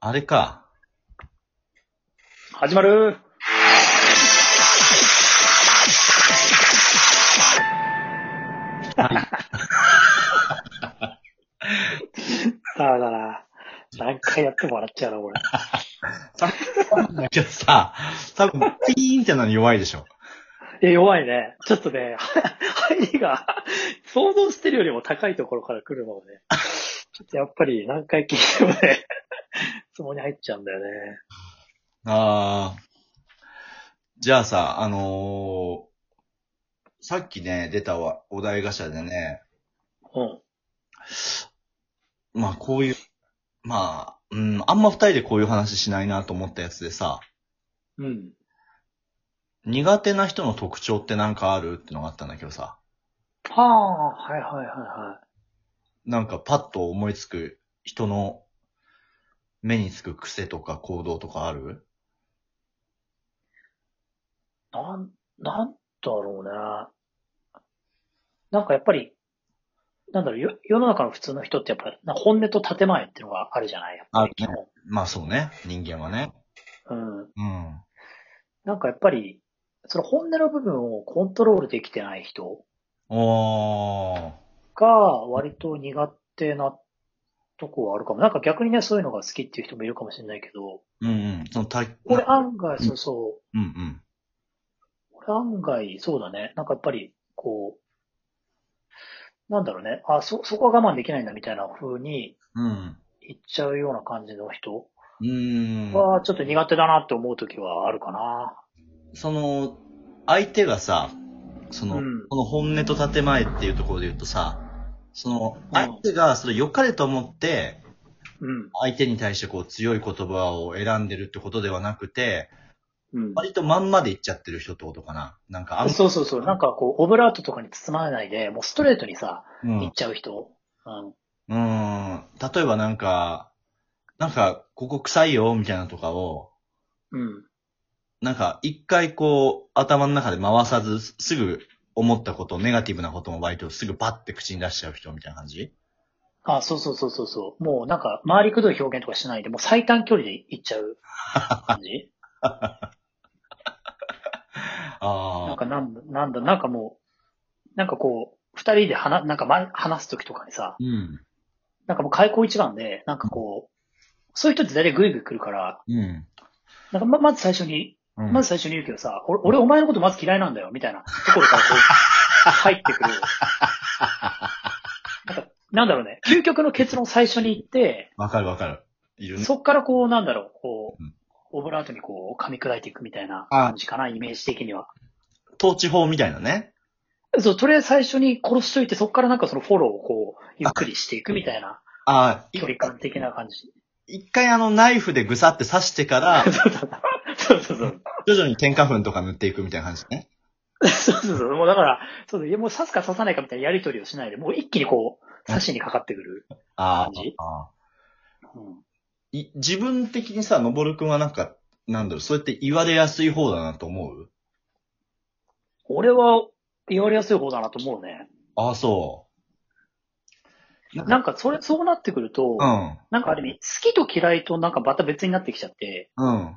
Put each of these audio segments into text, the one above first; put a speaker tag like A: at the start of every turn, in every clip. A: あれか。
B: 始まる さあだな。何回やっても笑っちゃうな、これ。
A: だけどさ、多分、ピーンってのに弱いでしょ。
B: いや、弱いね。ちょっとね、入りが、想像してるよりも高いところから来るのをね、ちょっとやっぱり何回聞いてもね、 質問に入っちゃうんだよね。
A: ああ。じゃあさ、あのーさっきね、出たわお題ガシャでね、
B: うん。
A: まあこういう、まあ、うん、あんま二人でこういう話しないなと思ったやつでさ、
B: うん。
A: 苦手な人の特徴ってなんかあるってのがあったんだけどさ、
B: はあ、はいはいはいは
A: なんかパッと思いつく人の目につく癖とか行動とかある
B: い。なん、なんだろうね。なんかやっぱり、なんだろう、よ世の中の普通の人ってやっぱり、な本音と建前っていうのがあるじゃないやっぱり。
A: あるまあそうね、人間はね。
B: うん。
A: うん。
B: なんかやっぱり、その本音の部分をコントロールできてない人。
A: おー。
B: が割と苦手なとこはあるかも。なんか逆にね、そういうのが好きっていう人もいるかもしれないけど、
A: うんうん。そのた
B: これ案外、そうそ
A: うんうん。
B: う、これ案外、そうだね。なんかやっぱり、こう、なんだろうね。あ、そ、そこは我慢できないんだみたいな風に
A: うん。
B: 言っちゃうような感じの人
A: うーん。
B: は、ちょっと苦手だなって思うときはあるかな。
A: その、相手がさ、その、
B: うん
A: この本音と建前っていうところで言うとさ、その、相手がそれ良かれと思って、
B: うん。
A: 相手に対してこう強い言葉を選んでるってことではなくて、
B: うん。
A: 割とまんまで言っちゃってる人ってことかな。なんか、あん、
B: そうそうそう。なんかこう、オブラートとかに包まれないで、もうストレートにさ、
A: うん。
B: 言っちゃう人。うん。
A: うん。例えばなんか、なんか、ここ臭いよ、みたいなのとかを、
B: うん。
A: なんか、一回こう、頭の中で回さず、すすぐ思ったこと、ネガティブなことも割とすぐパッて口に出しちゃう人みたいな感じ
B: あ、そうそうそうそうそう。もうなんか、回りくどい表現とかしないで、もう最短距離で行っちゃう感 じなん
A: ああ。
B: かなんだ、なんだ、なんかもう、なんかこう、二人で話、なんか前話す時とかにさ、
A: うん。
B: なんかもう開口一番で、なんかこう、そういう人って大体グイグイ来るから、
A: うん。
B: なんかま、まず最初に、
A: うん
B: まず最初に言うけどさ、俺、俺お前のことまず嫌いなんだよ、みたいなところからこう、入ってくる。なんか、なんだろうね、究極の結論最初に言って、
A: わかるわかる。いるね。
B: そっからこう、なんだろう、こう
A: うん、
B: オブラートにこう、噛み砕いていくみたいな
A: あ
B: 感じかな、イメージ的には。
A: 統治法みたいなね。
B: そう、とりあえず最初に殺しといて、そっからなんかそのフォローをこう、ゆっくりしていくみたいな、
A: ああ、い
B: 距離感的な感じ。
A: 一回あの、ナイフでぐさって刺してから、
B: そうそうそう。
A: 徐々に添加粉とか塗っていくみたいな感じね。
B: そうそうそう。もうだから、そうそういやもう刺すか刺さないかみたいなやりとりをしないで、もう一気にこう、刺しにかかってくる。
A: あ
B: 感じ
A: ーあ
B: う
A: ー。
B: ん
A: い自分的にさ、のぼるくんはなんか、なんだろう、そうやって言われやすい方だなと思う
B: 俺は、言われやすい方だなと思うね。
A: ああ、そ
B: なんか、それ、そうなってくると
A: う。、うん。
B: なんかある意味、好きと嫌いとなんかまた別になってきちゃって、
A: うん。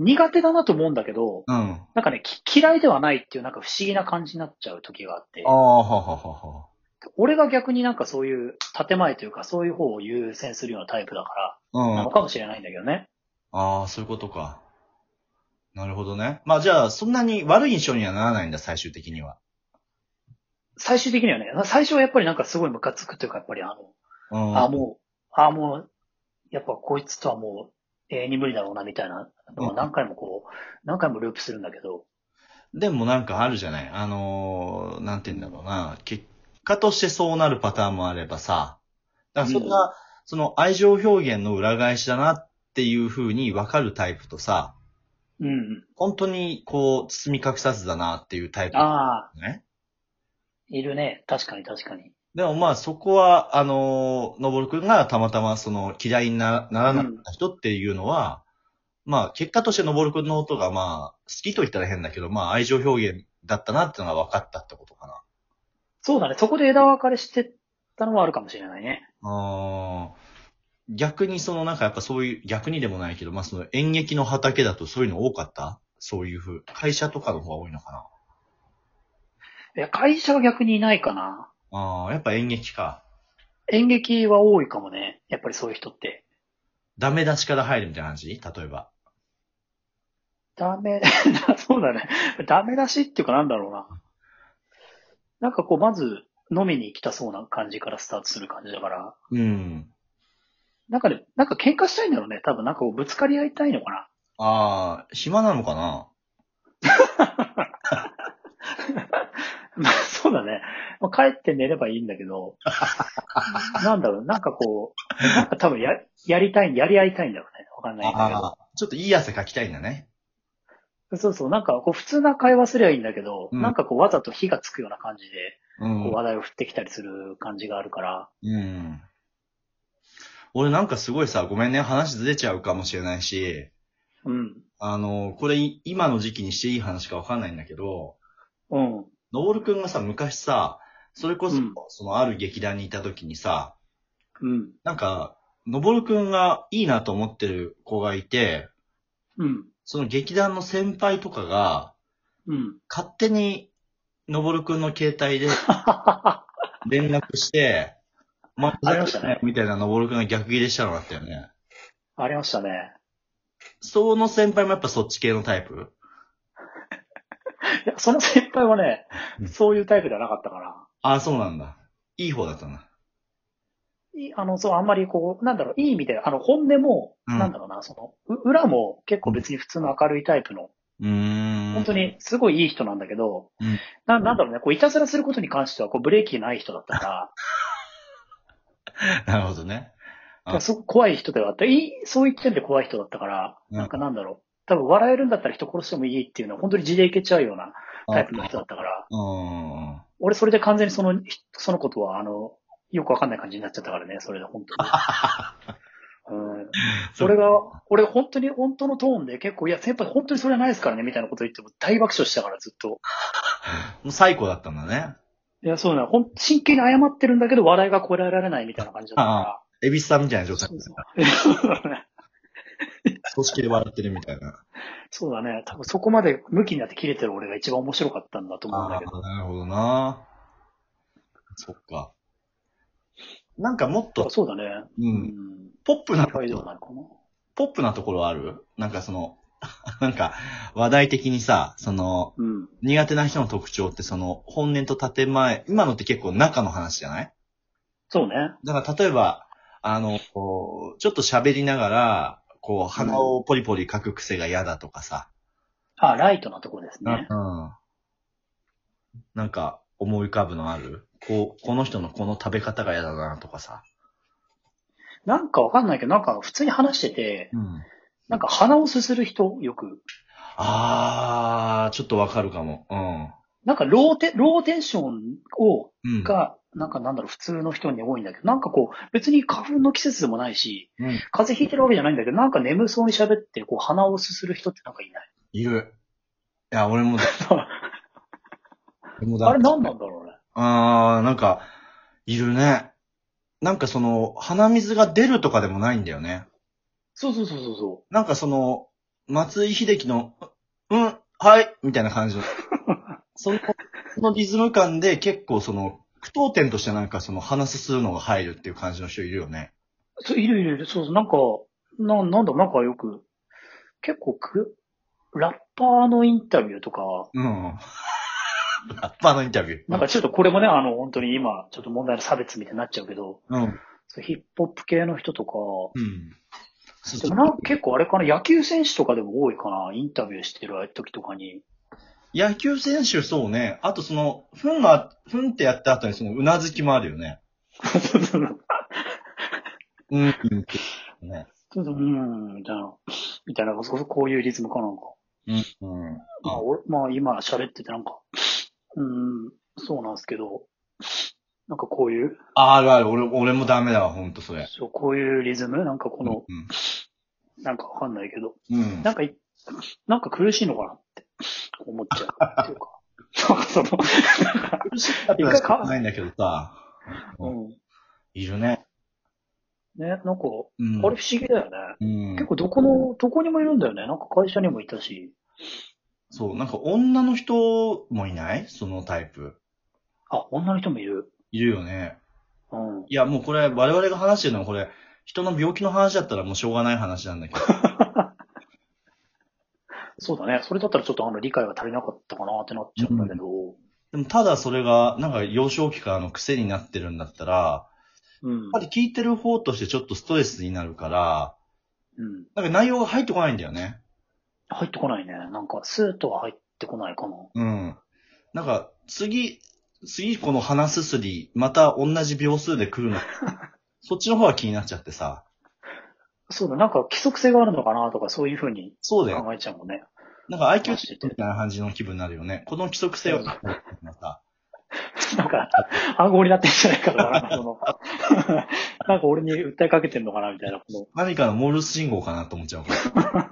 B: 苦手だなと思うんだけど、
A: うん。
B: なんかね、き嫌いではないっていうなんか不思議な感じになっちゃう時があって
A: あ、あ、はははは。
B: 俺が逆になんかそういう建前というかそういう方を優先するようなタイプだか
A: う
B: ら、なんの。かもしれないんだけどね。
A: ああ、そういうことか。なるほどね。まあじゃあ、そんなに悪い印象にはならないんだ、最終的には。
B: 最終的にはね、最初はやっぱりなんかすごいムカつくというか、やっぱりあの、
A: うん。
B: あ、もう、あ、もう、やっぱこいつとはもう永遠に無理だろうなみたいなの
A: う
B: を
A: ん
B: 何回もこう、何回もループするんだけど、
A: でもなんかあるじゃないあのー、なんて言うんだろうな。結果としてそうなるパターンもあればさ。だからそれが、その愛情表現の裏返しだなっていう風に分かるタイプとさ、
B: うん。
A: 本当にこう、包み隠さずだなっていうタイプ、
B: ああ、
A: ね。
B: いるね。確かに確かに。
A: でもまあそこは、あのー、のぼるくんがたまたまその嫌いになならなかった人っていうのは、まあ結果としてのぼるくんの音がまあ好きと言ったら変だけど、まあ愛情表現だったなっていうのが分かったってことかな。
B: そうだね。そこで枝分かれしてたのはあるかもしれないね。
A: あ逆にそのなんかやっぱそういう、逆にでもないけど、まあその演劇の畑だとそういうの多かったそういうふう。会社とかの方が多いのかない
B: や、会社は逆にいないかな。
A: ああ、やっぱ演劇か。
B: 演劇は多いかもね。やっぱりそういう人って。
A: ダメ出しから入るみたいな感じ例えば。
B: ダメ、 そうだね。ダメ出しっていうかなんだろうな。なんかこう、まず飲みに来たそうな感じからスタートする感じだから。
A: うん。
B: なんかね、なんか喧嘩したいんだろうね。多分なんかこうぶつかり合いたいのかな。
A: ああ、暇なのかな
B: まあそうだね。まあ、帰って寝ればいいんだ けど、なんだろう、なんかこう、なんか多分や、やりたい、やり合いたいんだろうね。わかんないんだけ
A: ああ、ちょっといい汗かきたいんだね。
B: ど。そうそう、なんかこう普通な会話すりゃいいんだけど、
A: うん
B: なんかこうわざと火がつくような感じで、
A: う
B: こ
A: ん
B: う。話題を振ってきたりする感じがあるから。
A: うん。俺なんかすごいさ、ごめんね、話ずれちゃうかもしれないし、
B: うん。
A: あの、これい今の時期にしていい話かわかんないんだけど、
B: うん。
A: のぼるくんがさ、昔さ、それこそ、
B: うん
A: そのある劇団にいた時にさ、
B: うん。
A: なんか、のぼるくんがいいなと思ってる子がいて、
B: うん。
A: その劇団の先輩とかが、
B: うん。
A: 勝手に、のぼるくんの携帯で連絡して、ま
B: ありましたね
A: みたいなのぼるくんが逆ギレしたのがあったよね。
B: ありましたね。
A: その先輩もやっぱそっち系のタイプ
B: いや、その先輩はね
A: う、ん
B: そういうタイプではなかったから。
A: ああ、そうなんだ。いい方だったな。
B: いあの、そう、あんまりこう、なんだろう、いい意味で、あの、本音も、
A: うん
B: なんだろうな、その、う裏も結構別に普通の明るいタイプの、
A: うーん。
B: 本当。にすごいいい人なんだけど、
A: うん
B: ななんだろうね、こう、いたずらすることに関しては、こう、ブレーキない人だっ たから、
A: なるほどね。
B: だからすごく怖い人ではあった。いい、そういった点で怖い人だったから、
A: うん
B: なんかなんだろう、多分笑えるんだったら人殺してもいいっていうのは、本当に地でいけちゃうようなタイプの人だったから、
A: うーん。
B: 俺それで完全にその、そのことは、あの、よくわかんない感じになっちゃったからね、それで本 当に。うん、俺が、俺が本当に本当のトーンで結構、いや、先輩本当にそれはないですからね、みたいなこと言っても大爆笑したから、ずっと。
A: もう最高だったんだね。
B: いや、そうなの。ほん、真剣に謝ってるんだけど、笑いがこらえられないみたいな感じだったか
A: エビスさんみたいな状
B: ら。
A: 態
B: そ。うそう
A: 組織で笑ってるみたいな。
B: そうだね。多分そこまで向きになって切れてる俺が一番面白かったんだと思うんだ
A: あ
B: けど。
A: あ、なるほどな。そっか。なんかもっと、
B: そうだね。
A: う、
B: うんん。
A: ポップな、
B: 高い度なのかな。
A: ポップなところあるなんかその、なんか、話題的にさ、その、
B: うん。
A: 苦手な人の特徴ってその、本音と建前、今のって結構中の話じゃない
B: そうね。
A: だから例えば、あの、こうちょっと喋りながら、こう、鼻をポリポリかく癖が嫌だとかさ、
B: あ、ライトなところですね。
A: うん。なんか、思い浮かぶのあるこう、この人のこの食べ方が嫌だなとかさ。
B: なんかわかんないけど、なんか普通に話してて、
A: うん。
B: なんか鼻をすする人、よく。
A: あー、ちょっとわかるかも。
B: なんかローテ、ローテンションを、
A: うん。うん。
B: が、なんかなんだろう、普通の人に多いんだけど、なんかこう、別に花粉の季節でもないし、
A: うん。
B: 風邪ひいてるわけじゃないんだけど、なんか眠そうに喋って、こう、鼻をすする人ってなんかいない。
A: いる。いや、俺も だ、俺もだ。
B: あれ何なんだろうね。
A: あー、なんか、いるね。なんかその、鼻水が出るとかでもないんだよね。
B: そうそうそうそうそ
A: なんかその、松井秀喜の、ううん、はい、みたいな感じ の。その、そのリズム感で結構その、句読点としてなんかその話するのが入るっていう感じの人いるよね。
B: う。そう、いるいるいる。そうそう、なんか、な、なんだろう、なんかよく、結構く、ラッパーのインタビューとか、
A: うん。ラッパーのインタビュー。
B: なんかちょっとこれもね、あの、本当に今、ちょっと問題の差別みたいになっちゃうけど、
A: うん。うん。
B: そうヒップホップ系の人とか、
A: そう
B: でもなんか結構あれかな、野球選手とかでも多いかな、インタビューしてる時とかに。
A: 野球選手そうね。あとその、ふんが、ふんってやった後にその、うなずきもあるよね。
B: そうそう
A: うん、うんって。 ね。
B: そううーん、みたいな。みたいな、そうこういうリズムかなんか。
A: うん。うん。
B: まあ、俺まあ今喋っててなんか、うーん、そうなんですけど、なんかこういう、
A: あるある。俺、俺もダメだわ、ほんとそれ。
B: そうこういうリズムなんかこの、
A: うん
B: なんかわかんないけど、
A: うん。
B: なんかい、なんか苦しいのかなって思っちゃうっていうか。なんかその、
A: 苦しかったらしかないんだけどさ。
B: うん。
A: いるね。
B: ね、なんか、あれ不
A: うん。
B: 思議だよね。
A: うん
B: 結構どこの、どこにもいるんだよね。なんか会社にもいたし。
A: そう、なんか女の人もいないそのタイプ。
B: あ、女の人もいる。
A: いるよね。
B: うん。
A: いや、もうこれ、我々が話してるのはこれ、人の病気の話だったらもうしょうがない話なんだけど。
B: そうだね。それだったらちょっとあの理解が足りなかったかなってなっちゃうんだけど。
A: でもただそれが、なんか幼少期からの癖になってるんだったら、
B: うん。
A: やっぱり聞いてる方としてちょっとストレスになるから、
B: うん。
A: なんか内容が入ってこないんだよね。
B: 入ってこないね。なんか、スーとは入ってこないかな。
A: うん。なんか、次、次この鼻すすり、また同じ秒数で来るの。そっちの方が気になっちゃってさ。
B: そうだ、なんか規則性があるのかなとか、そういうふうに
A: そうだよ。
B: 考えちゃうもんね。
A: なんか IQ チェックみたいな感じの気分になるよね。この規則性を。さ
B: なんか、暗号になってんじゃないかと か、なんかその、 なんか俺に訴えかけてんのかなみたいな、この、
A: 何かのモールス信号かなと思っちゃうから。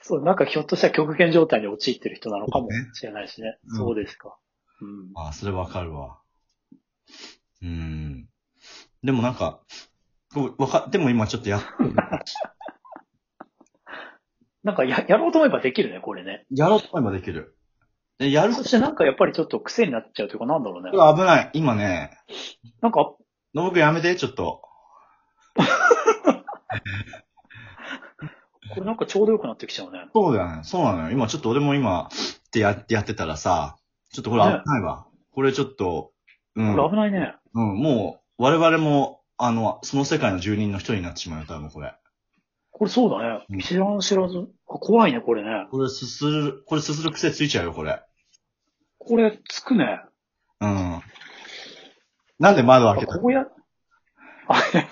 B: そう、なんかひょっとしたら極限状態に陥ってる人なのかもしれないしね。
A: うん
B: そうですか。うん。
A: ああ、それわかるわ。うーん。でもなんか、こうわか、でも今ちょっとや、
B: なんかや、やろうと思えばできるね、これね。
A: やろうと思えばできる。で、やる
B: そしてなんかやっぱりちょっと癖になっちゃうというか、なんだろうね。
A: 危ない。今ね、
B: なんか、
A: ノブ君やめて、ちょっと。
B: これなんかちょうどよくなってきちゃうね。
A: そうだよね。そうなのよ。今ちょっと俺も今、ってやってやってたらさ、ちょっとこれ危ないわ。これちょっと、うん。
B: これ危ないね。
A: うん、もう、我々も、あの、その世界の住人の一人になってしまうよ、多分これ。
B: これそうだ
A: うん
B: ね。知らん知らず。あ怖いね、これね。
A: これすする、これすする癖ついちゃうよ、これ。
B: これ、つくね。
A: うん。なんで窓開け
B: あ
A: た
B: ここや、あ、いや